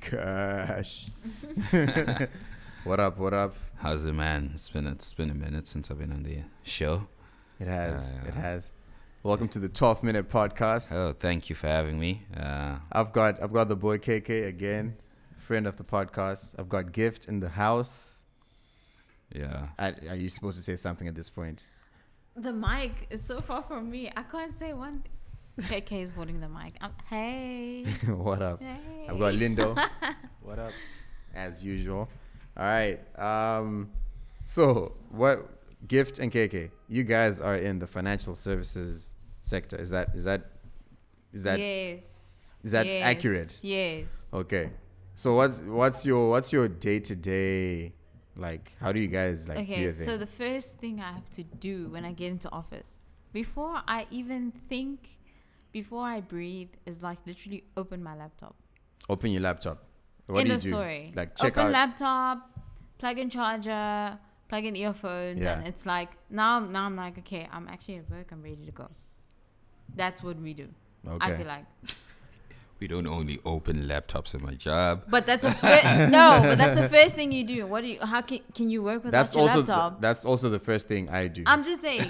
Cash. What up? What up? How's it, man? It's been it's been a minute since I've been on the show. It has. Yeah, It uh, yeah. has. Welcome to the 12 minute podcast. Oh, thank you for having me. Uh, I've got I've got the boy KK again, friend of the podcast. I've got Gift in the house. yeah, I, are you supposed to say something at this point? The mic is so far from me. I can't say one. thing. KK is holding the mic. I'm, hey. what up? Hey. I've got Lindo. What up? as usual. All right. Um, so what gift and KK? You guys are in the financial services sector. Is that is that is that yes. is that Yes. accurate? Yes. okay? So what's what's your what's your day to day like? How do you guys like do okay, your so thing? the first thing I have to do when I get into office, before I even think, before I breathe, is like literally open my laptop. Open your laptop. What End do you of do? story. Like check open out. laptop, plug in charger, plug in earphones, Yeah. and it's like now. I'm- Now I'm like, okay, I'm actually at work. I'm ready to go. That's what we do. I okay. feel like, we don't only open laptops at my job. but that's a fir- no, but that's the first thing you do. What do you? How can can you work without That's your also laptop? th- that's also the first thing I do. I'm just saying.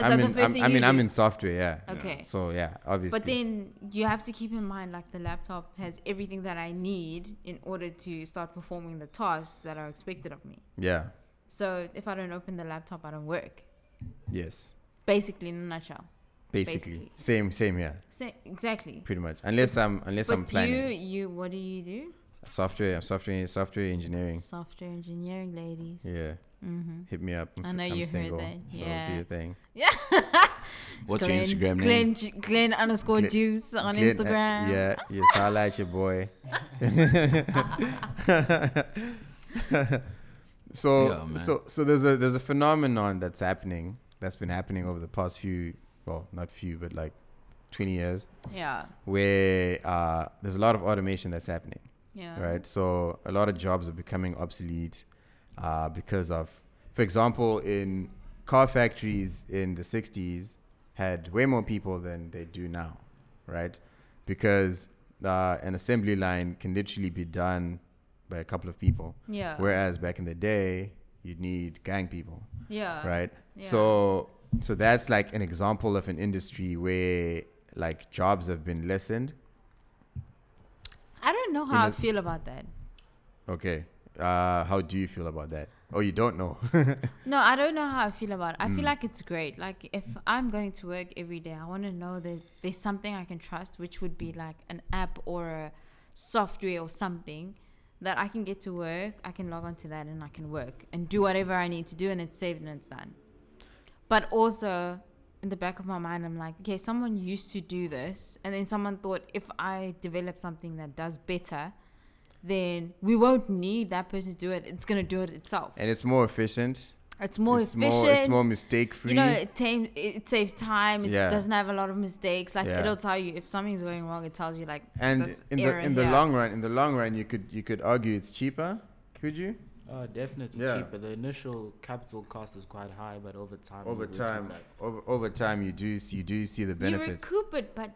Is I'm that in, the 1st I'm- thing I you mean, do? I'm in software, yeah. Okay. So yeah, obviously. But then you have to keep in mind, like the laptop has everything that I need in order to start performing the tasks that are expected of me. yeah. So if I don't open the laptop, I don't work. Yes. Basically, in a nutshell. Basically. Basically. Same. Same. Yeah. Sa- exactly. Pretty much. Unless I'm unless I'm But you, planning you, what do you do? software. I'm software software engineering. Software engineering, ladies. Yeah. Mm-hmm. Hit me up. I'm, I f- know I'm you heard single, that. So do Yeah. your thing. What's Glenn, your Instagram name? Glenn, Ju- Glenn underscore Glenn- juice on Glenn, uh, Instagram. yeah. Yes. Holla at your boy. so Yeah, man. so so there's a there's a phenomenon that's happening that's been happening over the past few well not few but like 20 years Yeah. where uh, there's a lot of automation that's happening. Yeah. right? So a lot of jobs are becoming obsolete uh, because of, for example, in car factories in the '60s had way more people than they do now, right? Because uh, an assembly line can literally be done by a couple of people, Yeah. whereas back in the day you'd need gang people, yeah. right? yeah. So so that's like an example of an industry where like jobs have been lessened. I don't know how In I a- feel about that. Okay. Uh, how do you feel about that? Oh, you don't know. No, I don't know how I feel about it. I feel like it's great. Like if I'm going to work every day, I want to know there's there's something I can trust, which would be like an app or a software or something that I can get to work. I can log onto that and I can work and do whatever I need to do, and it's saved and it's done. But also in the back of my mind, I'm like, okay, someone used to do this, and then someone thought if I develop something that does better. Then we won't need that person to do it. It's gonna do it itself. and it's more efficient. It's more it's efficient. More, it's more mistake free. you know, it, tame, it saves time. It Yeah. doesn't have a lot of mistakes. Like Yeah. it'll tell you if something's going wrong. It tells you like and this in the error in the here. long run, in the long run, you could you could argue it's cheaper. Could you? Oh, definitely Yeah. cheaper. The initial capital cost is quite high, but over time. you Over recoup time, that. over, over time, you do see, you do see the you benefits. recoup it, but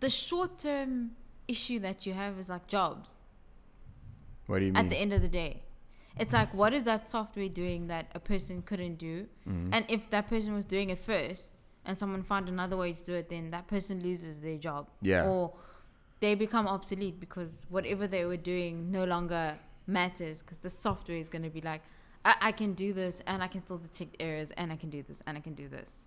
the short term issue that you have is like jobs. What do you mean? At the end of the day, it's like what is that software doing that a person couldn't do? And if that person was doing it first, and someone found another way to do it, then that person loses their job. Yeah. Or they become obsolete because whatever they were doing no longer matters because the software is going to be like, I-, I can do this and I can still detect errors and I can do this and I can do this.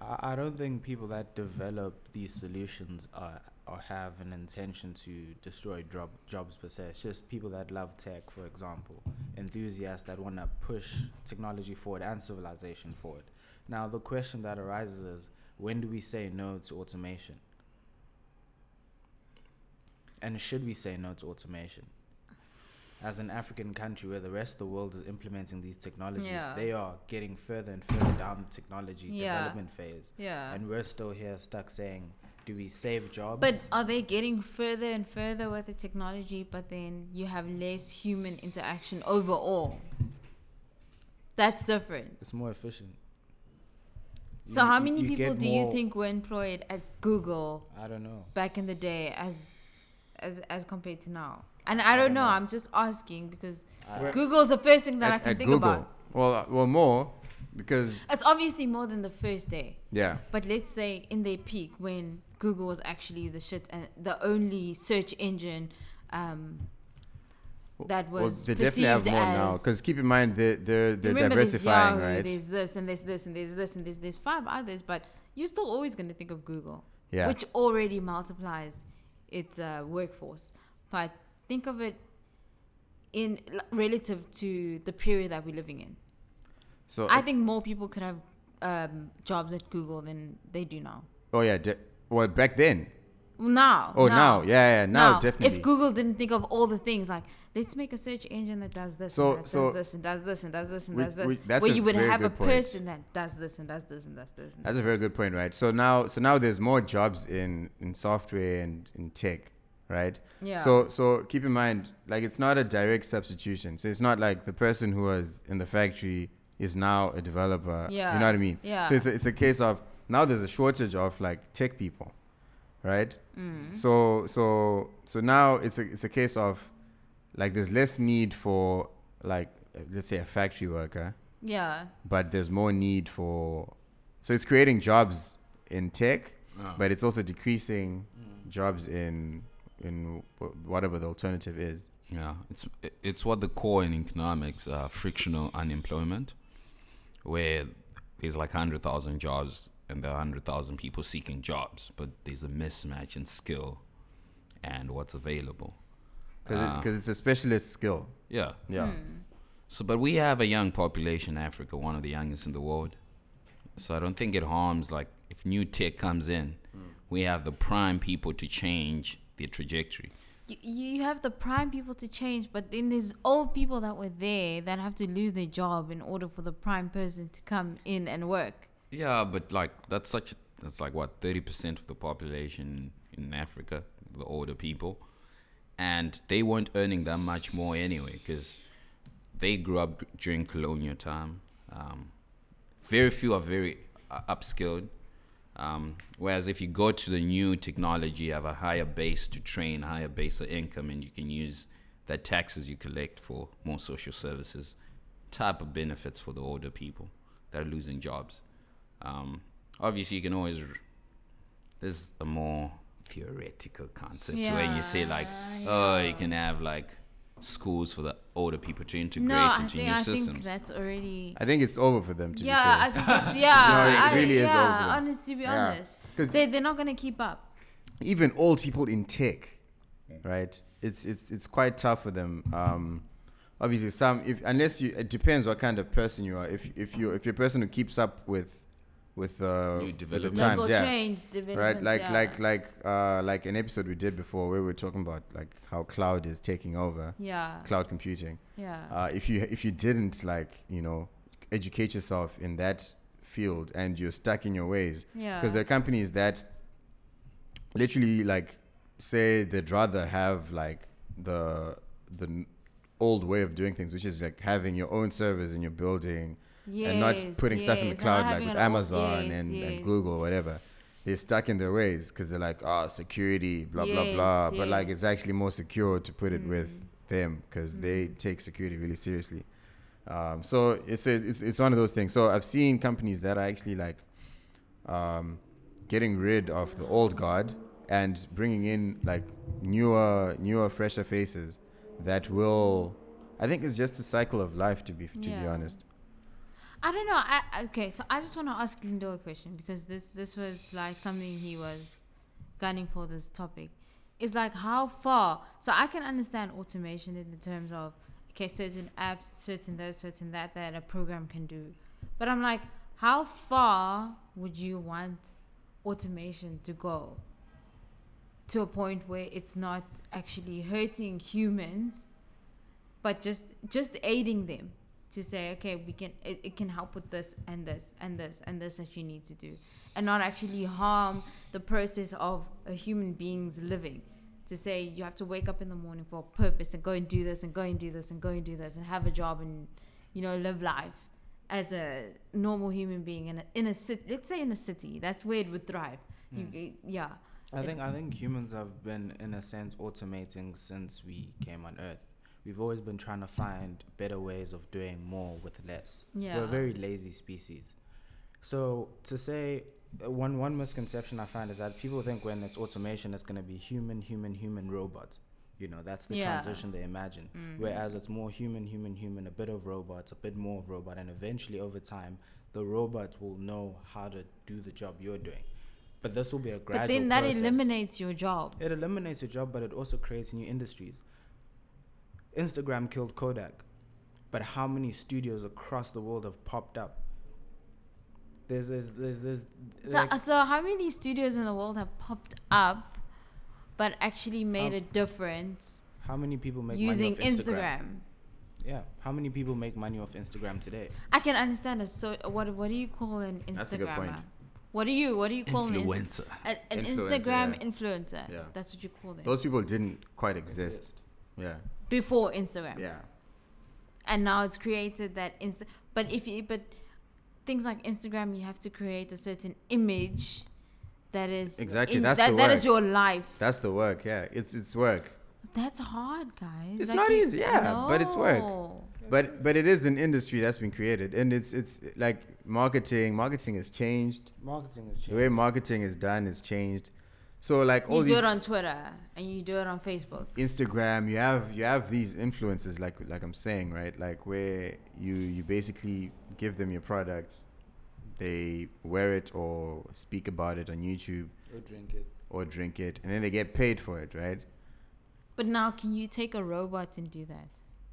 I, I don't think people that develop these solutions are or have an intention to destroy job, jobs per se. It's just people that love tech, for example, enthusiasts that want to push technology forward and civilization forward. Now, the question that arises is when do we say no to automation? And should we say no to automation? As an African country where the rest of the world is implementing these technologies, Yeah. they are getting further and further down the technology Yeah. development phase. Yeah. And we're still here stuck saying, do we save jobs? But are they getting further and further with the technology, but then you have less human interaction overall? That's different. it's more efficient. So, You- how you- many you people get do you more- think were employed at Google I don't know. back in the day as as as compared to now? And I don't don't know. know. I'm just asking because I, Google's the first thing that I at, can at think Google. about. Well, uh, well, more because It's obviously more than the first day, yeah, but let's say in their peak when Google was actually the shit and the only search engine um, that well, was they perceived definitely have more now. as Because keep in mind they're they're, they're Remember, diversifying, there's Yahoo, right? There's this and there's this and there's this and there's there's five others, but you're still always going to think of Google, yeah, which already multiplies its uh, workforce. But think of it in l- relative to the period that we're living in. so I think more people could have um, jobs at Google than they do now. oh yeah, de- well back then. Now. Oh now, yeah, yeah, now, definitely. If Google didn't think of all the things like let's make a search engine that does this, So- and that so- does this, and does this, and does this, and We- does this, we- that's where a you would very have a good point. person that does this and does this and does this. And That's a very good point, right? So now, so now there's more jobs in in software and in tech, right? Yeah. So so keep in mind, like it's not a direct substitution. So it's not like the person who was in the factory is now a developer. Yeah. You know what I mean? Yeah. So it's a, it's a case of now there's a shortage of like tech people, right? Mm. Mm-hmm. So so so now it's a it's a case of like there's less need for like uh, let's say a factory worker yeah, but there's more need for so it's creating jobs in tech Ah. but it's also decreasing Mm. jobs in in wh- whatever the alternative is Yeah, it's it's what the call in economics uh, frictional unemployment, where there's like hundred thousand jobs and there are hundred thousand people seeking jobs, but there's a mismatch in skill and what's available. because Ah. it's a specialist skill Yeah. yeah So, but we have a young population in Africa, one of the youngest in the world. So I don't think it harms like if new tech comes in, we have the prime people to change their trajectory. you, you have the prime people to change, but then there's old people that were there that have to lose their job in order for the prime person to come in and work. Yeah, but like that's such that's like what thirty percent of the population in Africa, the older people, and they weren't earning that much more anyway because they grew up during colonial time. Um, very few are very uh, upskilled. Um, whereas if you go to the new technology, you have a higher base to train, higher base of income, and you can use the taxes you collect for more social services type of benefits for the older people that are losing jobs. Um, obviously, you can always. This is a more theoretical concept when you say like, Yeah, oh, you can have like schools for the older people to integrate No, I into think new I think systems. that's already. i think it's over for them to Yeah, I be fair. think it's, yeah, No, it I- really is yeah. over. Honest to be Yeah. honest, 'Cause- they they're not gonna keep up. even old people in tech Mm. right it's it's it's quite tough for them um obviously some if unless you it depends what kind of person you are if if you if you're a person who keeps up with with uh New with the developments. times, Local yeah change, right developments, like yeah. like like uh like an episode we did before where we were talking about like how cloud is taking over yeah, cloud computing yeah, uh if you if you didn't like you know educate yourself in that field and you're stuck in your ways yeah. because there are companies that literally like say they'd rather have like the the n- old way of doing things which is like having your own servers in your building and not Yes, putting stuff in the yes, and cloud not like having with an op- Amazon yes, and, yes. and Google or whatever. They're stuck in their ways because they're like, oh, security, blah, blah, Yes, blah. But like, yes. it's actually more secure to put it with Mm. them because they take security really seriously. Um, so it's, a, it's, it's one of those things. So I've seen companies that are actually like um, getting rid of the old guard and bringing in like newer, newer, fresher faces that will, I think it's just a cycle of life to be, to be Yeah. honest. I don't know. I I- okay, so I just want to ask Lindo a question because this this was like something he was gunning for this topic. It's like how far. So I can understand automation in the terms of okay, certain apps, certain this, certain that that a program can do, but I'm like, how far would you want automation to go? To a point where it's not actually hurting humans, but just just aiding them to say okay we can it, it can help with this and this and this and this that you need to do and not actually harm the process of a human being's living to say you have to wake up in the morning for a purpose and go and do this and go and do this and go and do this and have a job and you know live life as a Hmm. normal human being in a, in a city let's say in a city that's where it would thrive you, yeah I It- think I think humans have been in a sense automating since we came on Earth. We've always been trying to find better ways of doing more with less. We're Yeah. a very lazy species. So to say uh, one one misconception I find is that people think when it's automation it's gonna be human, human, human robot. You know, that's the Yeah. Mm-hmm. transition they imagine. Whereas it's more human, human, human, a bit of robot, a bit more of robot, and eventually over time the robot will know how to do the job you're doing. But this will be a gradual But then that process. eliminates your job. It eliminates your job, but it also creates new industries. Instagram killed Kodak, but how many studios across the world have popped up? There's, there's, there's, there's. So, like- so how many studios in the world have popped up, but actually made Um, a difference how many people make using money off Instagram? Instagram? Yeah, how many people make money off Instagram today? I can understand a so what what do you call an Instagrammer? That's a good point. What do you what do you call an Insta- Influencer. an, an Influencer, Instagram yeah. influencer? Yeah. That's what you call them Those people didn't quite exist. Yeah. before Instagram. Yeah. And now it's created that insta- but if you but things like Instagram, you have to create a certain image that is Exactly, that's that, the that is your work. life. That's the work. Yeah. It's it's work. That's hard, guys. It's not easy, yeah, but it's work. no. But but it is an industry that's been created and it's it's like marketing, marketing has changed. Marketing has The changed. way marketing is done has changed. So like all You do these it on Twitter and you do it on Facebook. Instagram, you have you have these influences like like I'm saying, right? Like where you you basically give them your product, they wear it or speak about it on YouTube Or drink it. or drink it, and then they get paid for it, right? But now, can you take a robot and do that?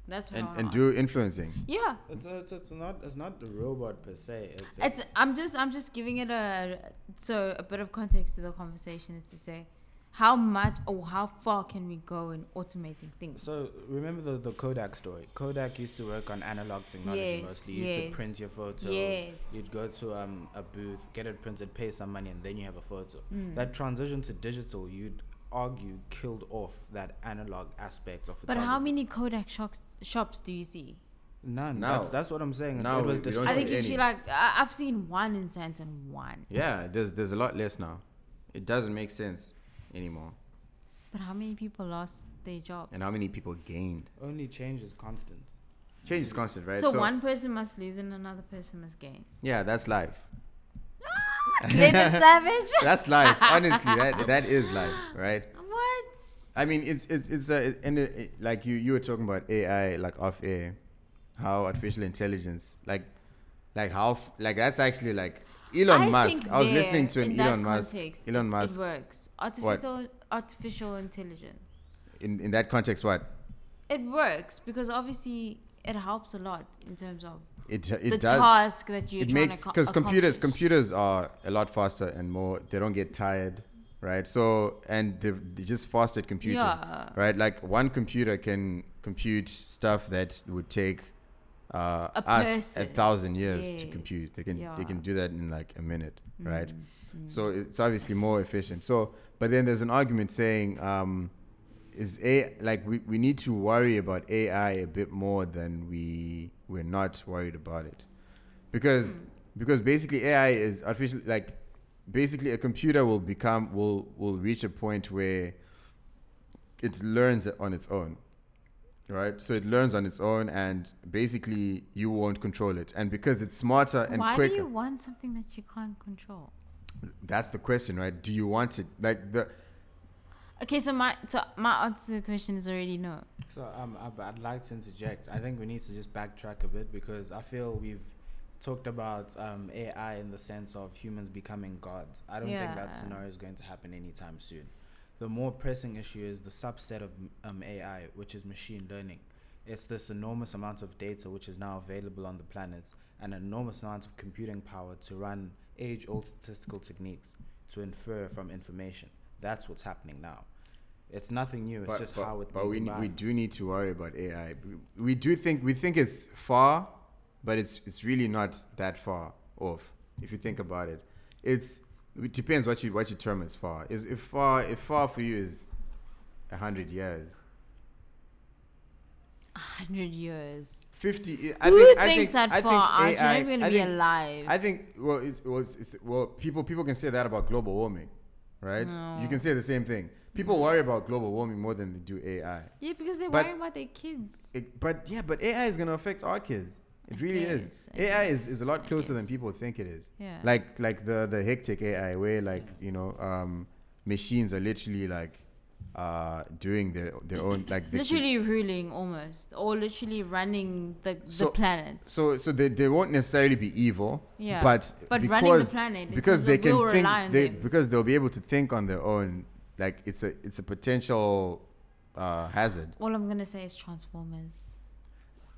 That's what And I wanna and ask. do influencing. Yeah, It's, it's, it's not it's not the robot per se. It's, it's. I'm just. I'm just giving it a so a bit of context to the conversation is to say, how much or how far can we go in automating things? So remember the, the Kodak story. Kodak used to work on analog technology Yes, mostly. You used yes. to print your photos. Yes. You'd go to um, a booth, get it printed, pay some money, and then you have a photo. Mm. That transition to digital, you'd argue, killed off that analog aspect of but photography. how many Kodak shops shops do you see? None. Now- that's that's what I'm saying. now it was we don't destroyed. I see think you any. see like I, I've seen one in Santon, one. Yeah, there's there's a lot less now. It doesn't make sense anymore. But how many people lost their job? And how many people gained? only change is constant. Change is constant, right? so, one person must lose and another person must gain. Yeah, that's life. Later, savage. That's life. Honestly, that that is life, right? What? I mean, it's it's it's a and it, it- like you you were talking about AI like off air, how artificial intelligence like like how f- like that's actually like Elon I Musk. think I was there, listening to in an that Elon Musk context, Elon It Musk works. Artificial artificial intelligence. in in that context what It works because obviously it helps a lot in terms of it it the does task that you're it trying makes to because computers accomplish. computers are a lot faster and more they don't get tired right so and they're, they're just fast at computing Yeah. right like one computer can compute stuff that would take uh, A us a person. thousand years to Yes. compute they can they Yeah. can do that in like a minute right Mm, so it's obviously more efficient so but then there's an argument saying um, is a like we, we need to worry about AI a bit more than we we're not worried about it because Mm. because basically AI is artificial like basically a computer will become will will reach a point where it learns on its own right so it learns on its own and basically you won't control it and because it's smarter and Why quicker do you want something that you can't control? that's the question right do you want it like the Okay, so my so my answer to the question is already no. So um, I- I'd like to interject. I think we need to just backtrack a bit because I feel we've talked about um, AI in the sense of humans becoming gods. I don't think Yeah. that scenario is going to happen anytime soon. The more pressing issue is the subset of um, AI, which is machine learning. It's this enormous amount of data which is now available on the planet, an enormous amount of computing power to run age old statistical techniques to infer from information. That's what's happening now. It's nothing new, it's but, just but- how it but we, may be ne- we done. do need to worry about AI we, we do think we think it's far but it's it's really not that far off if you think about it it's it depends what you what you term as far is if far if far for you is a hundred years Hundred years. 50 I Who think, I thinks think, that I far out? think You're AI, not even gonna I be think, alive. I think well, it's, well, it's, well, people people can say that about global warming, right? No. Mm-hmm. You can say the same thing. People worry about global warming more than they do AI. Yeah, because they're But- worrying about their kids. It, but yeah, but AI is gonna affect our kids. It really is. guess, I AI guess, is, is a lot I closer than guess. people think it is. Yeah. Like like the the hectic AI where like you know um, machines are literally like uh, doing their their own like they- literally ruling almost, or literally running the So- the planet. So so they, they won't necessarily be evil. Yeah. But But because, running the planet in because terms they of we'll can rely think on they, them. because they'll be able to think on their own. Like it's a it's a potential uh, hazard. All I'm gonna say is Transformers.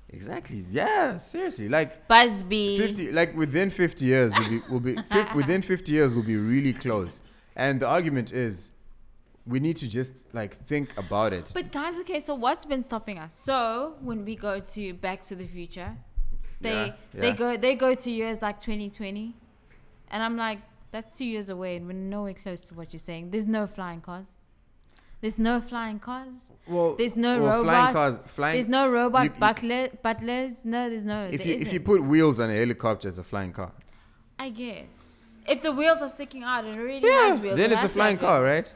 Exactly. Yeah. Seriously. Like Busby. 50 like within 50 years we'll be, we'll be fif- within 50 years we'll be really close and the argument is we need to just like think about it But guys, okay, so what's been stopping us? So when we go to Back to the Future, they Yeah, they yeah. go they go to years like 2020, and I'm like, that's two years away, and we're nowhere close to what you're saying. There's no flying cars. There's no flying cars. well There's no well, flying robots. cars flying There's no robot you- you- butler, butlers. No, there's no. if there you if you isn't. put wheels on a helicopter it's a flying car I guess if the wheels are sticking out, it already has wheels. then it it's a has to flying have car wheels. right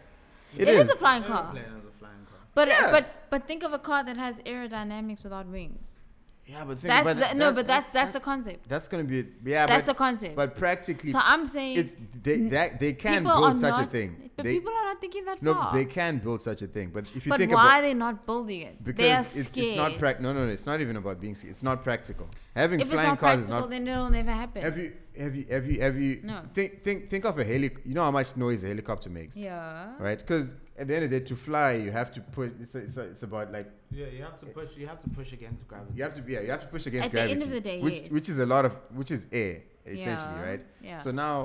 it is. a flying car. Airplane is a flying car. But Yeah. but but think of a car that has aerodynamics without wings. yeah but think That's about the, that- no, that- but that's that's the concept. that's gonna be yeah That's the but, concept. but practically so I'm saying it's they that they can people are build such not, a thing But they, people are not thinking that no far. they can build such a thing but if you but think about why are they not building it? Because they are it's, scared. it's not prac- No, no, no. It's not even about being. scared. It's not practical. Having If it's flying not cars is practical, not. then it'll never happen. Have you, have you, have you, have you? No. Think, think, think of a heli. You know how much noise a helicopter makes, yeah. right? Because at the end of the day, to fly, you have to put. It's, it's, it's about like Yeah, you have to push. You have to push against gravity. you have to be. Yeah, you have to push against At the gravity. end of the day, which, yes. which is a lot of, which is air essentially, Yeah, right? yeah. So now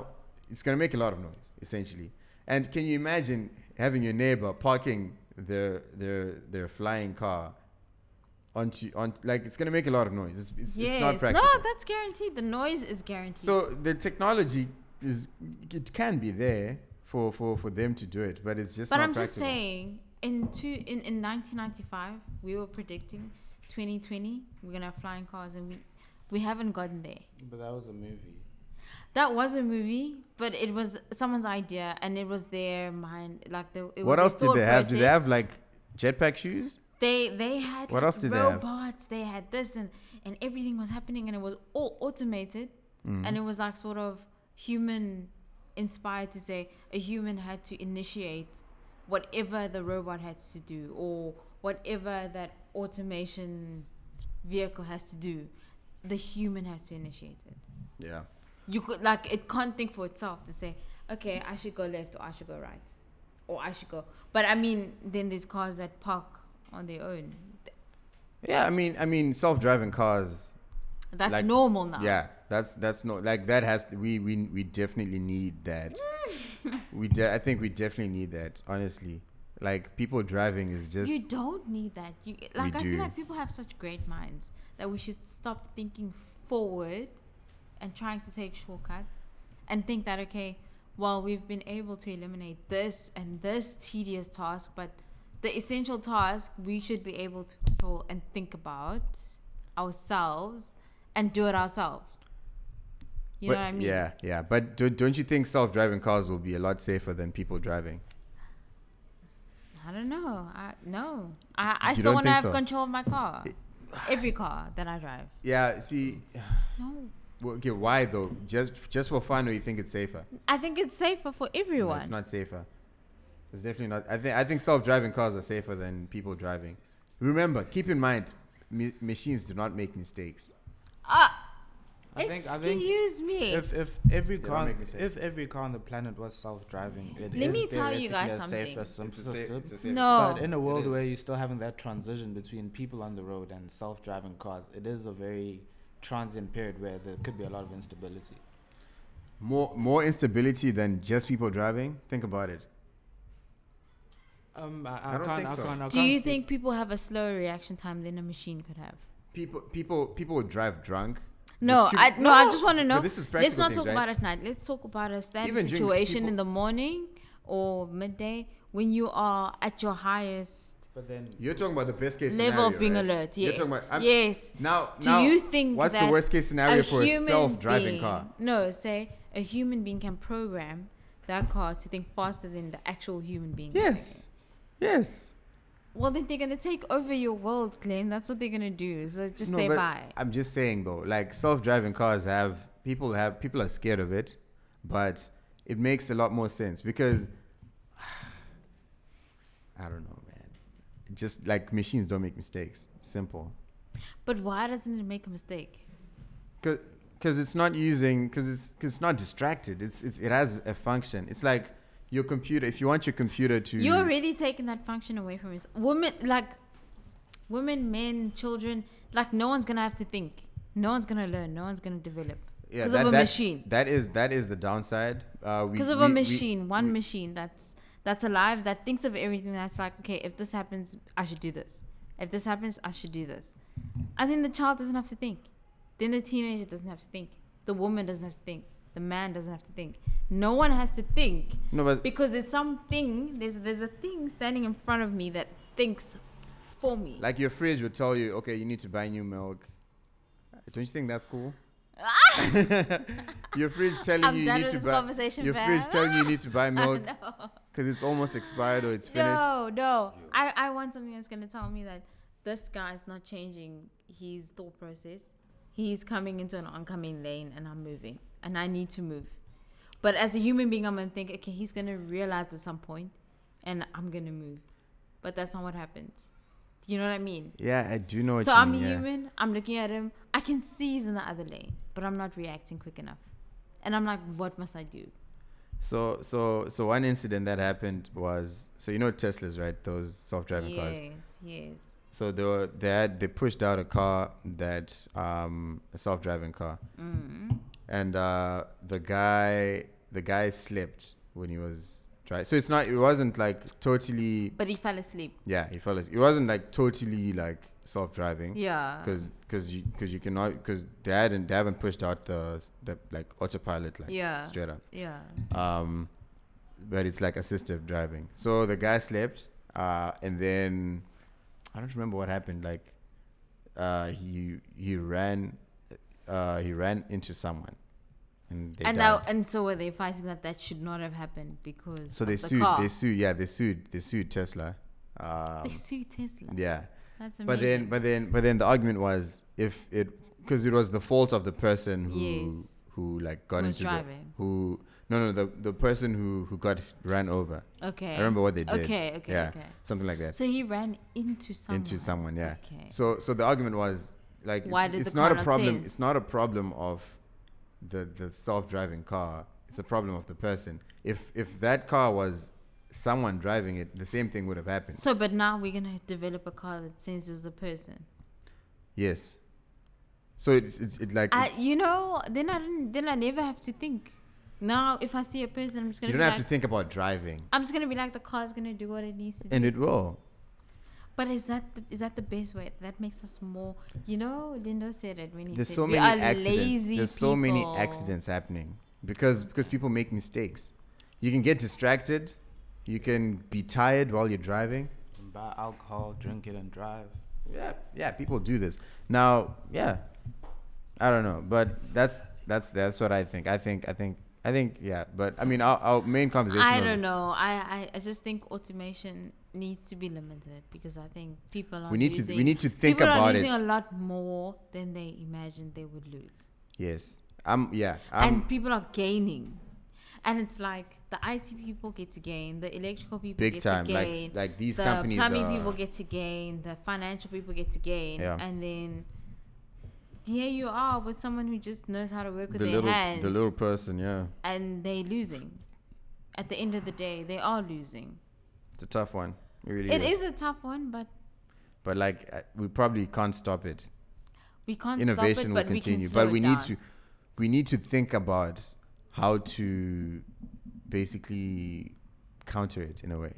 it's gonna make a lot of noise essentially. And can you imagine having your neighbor parking their their their flying car onto on like it's gonna make a lot of noise. It's it's, yes. it's not practical. no, that's guaranteed. The noise is guaranteed. so the technology is it can be there for for for them to do it, but it's just. but not I'm just practical. saying, in two in, in 1995, we were predicting 2020 we're gonna have flying cars, and we we haven't gotten there. But that was a movie. That was a movie, but it was someone's idea, and it was their mind. Like the it was What their else did thought they have? Did they process. have like jetpack shoes? They they had What else did they have? robots. They, had this and and everything was happening and it was all automated Mm-hmm. and it was like sort of human inspired to say a human had to initiate whatever the robot had to do or whatever that automation vehicle has to do the human has to initiate it Yeah. you could like it can't think for itself to say okay i should go left or i should go right or i should go but i mean then there's cars that park on their own Th- Yeah, I mean, I mean, self-driving cars that's Like, normal now Yeah, that's that's not like that has we we we definitely need that. we de- I think we definitely need that. Honestly, like people driving is just you don't need that you like i do. feel like people have such great minds that we should stop thinking forward and trying to take shortcuts and think that okay well we've been able to eliminate this and this tedious task but the essential task we should be able to control and think about ourselves and do it ourselves you but- know what i mean Yeah, yeah. But do, don't you think self-driving cars will be a lot safer than people driving? I don't know. I no. I, I You still don't want to think have so? control of my car. Every car that I drive. Yeah. See, No. well, okay. Why though? Just just for fun, or you think it's safer? I think it's safer for No, everyone. it's not safer. It's definitely not. I think I think self-driving cars are safer than people driving. Remember, keep in mind, ma- machines do not make mistakes. Ah, I think. I think. excuse me. If if every don't car make mistakes. if every car on the planet was self driving, it Let is me tell you theoretically guys a something. safer sim- It's a sa- system. it's a safer No. But in a It world is. where you're still having that transition between people on the road and self driving cars, it is a very transient period where there could be a lot of instability. More more instability than just people driving. Think about it. Um, I, I I, don't can't, think I so. can't. I Do you can't speak- think people have a slower reaction time than a machine could have? People people people would drive drunk. No, Just chew- I no, I just want to But know. this is Let's practical not things, talk right? about it at night. Let's talk about a standard Even during the situation people- in the morning or midday when you are at your highest But then You're talking about the best case level scenario, of being right? alert. You're Yes. talking about- I'm- yes. Now, Do now, you think what's the that worst case scenario a for a human self-driving being- car? No, say a human being can program that car to think faster than the actual human being. that's thinking. Yes. Yes. Well, then they're gonna take over your world, Glenn. That's what they're gonna do. So just No, say but bye. I'm just saying though, like self-driving cars have people have people are scared of it, but it makes a lot more sense because I don't know, man. Just like machines don't make mistakes. Simple. But why doesn't it make a mistake? because it's not using because it's cause it's not distracted. It's, it's it has a function. It's like your computer. If you want your computer to, You're already taking that function away from us. Women, like women, men, children, like no one's gonna have to think. No one's gonna learn. No one's gonna develop. Yeah, 'cause that- of a that- machine. That is that is the downside. Uh, Because Because of a machine, one machine that's that's alive, that thinks of everything. That's like, okay, if this happens, I should do this. If this happens, I should do this. I think the child doesn't have to think. Then the teenager doesn't have to think. The woman doesn't have to think. The man doesn't have to think. No one has to think No, but because there's something. There's there's a thing standing in front of me that thinks for me. Like your fridge will tell you, okay, you need to buy new milk. Don't you think that's cool? your fridge telling Ah! I'm you you done need with to this buy conversation, your fam. fridge telling you you need to buy milk No. because it's almost expired or it's finished. No, no. I, I want something that's going to tell me that this guy's not changing his thought process. He's coming into an oncoming lane and I'm moving and I need to move. But as a human being, I'm going to think, okay, he's going to realize at some point and I'm going to move. But that's not what happens. Do you know what I mean? Yeah, I do know. What so you I'm mean, a yeah. human. I'm looking at him. I can see he's in the other lane, but I'm not reacting quick enough. And I'm like, what must I do? So so so one incident that happened was so you know Teslas right? Those self-driving cars. Yes, yes. So they were they had they pushed out a car that um a self driving car, Mm. and uh, the guy the guy slipped when he was driving. So it's not it wasn't like totally But he fell asleep. yeah he fell asleep. It wasn't like totally like self driving Yeah. because because you because you cannot because they hadn't they haven't pushed out the the like autopilot like Yeah. straight up Yeah. um, but it's like assistive driving. So the guy slept, uh, and then I don't remember what happened. Like uh, he he ran uh, he ran into someone, and they and died. now and so were they fighting that that should not have happened because so of they the sued. car. They sued. Yeah, they sued. They sued Tesla. Um, They sued Tesla yeah, that's amazing but then but then but then the argument was if it because it was the fault of the person who Yes. who like got Was into the- driving. who no no the the person who who got ran over. okay I remember what they did. okay okay yeah, okay something like that. so he ran into someone Into someone, yeah. okay So, so the argument was like, Why it's, did it's the not car a not problem. sense? It's not a problem of the the self-driving car. It's a problem of the person. If if that car was someone driving it, the same thing would have happened. so but now we're gonna develop a car that senses a person Yes. So it's it's it like I, you know then I didn't, then I never have to think now if I see a person I'm just you don't gonna be have like to think about driving, I'm just gonna be like the car's gonna do what it needs to do and it will. But is that the, is that the best way? That makes us more. You know, Lindo said it when he There's said so we many are accidents. lazy There's so many people." accidents happening because because people make mistakes. You can get distracted. You can be tired while you're driving. And buy alcohol, drink it, and drive. Yeah, yeah, people do this. Now, yeah. I don't know, but that's that's that's what I think. I think I think I think yeah, but I mean our, our main conversation I was- don't know. I, I I just think automation needs to be limited because I think people are We need losing, to we need to think people are about it. losing a lot more than they imagined they would lose, Yes. I'm yeah. I'm and people are gaining, and it's like the IT people get to gain, the electrical people big get time to gain, like like these the companies plumbing are, people get to gain, the financial people get to gain, Yeah. and then here you are with someone who just knows how to work with the their little hands, the little person, yeah. and they're losing. At the end of the day, they are losing. It's a tough one. It really It is. is a tough one, but But like uh, we probably can't stop it. we can't stop innovation it. But will we continue can slow but we it need down. to we need to think about how to basically counter it in a way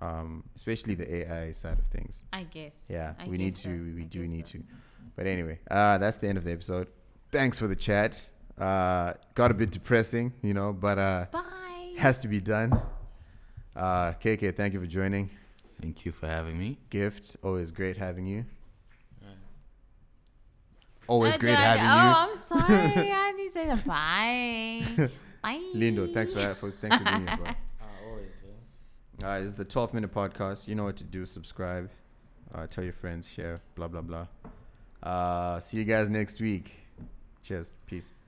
um, especially the ai side of things I guess. yeah I we need to guess so. we I do guess need so. to but anyway uh, that's the end of the episode thanks for the chat uh, got a bit depressing you know but uh, Bye. has to be done uh, kk thank you for joining Thank you for having me. gift always great having you always Uh, great did I- having you Oh, I'm sorry. I need to say bye. Bye. Lindo, thanks for for thanks for being here, bro. Uh, always, yeah. Uh, it's the 12 minute podcast. You know what to do. Subscribe, uh, tell your friends, share, blah, blah, blah. Uh, see you guys next week. Cheers. Peace.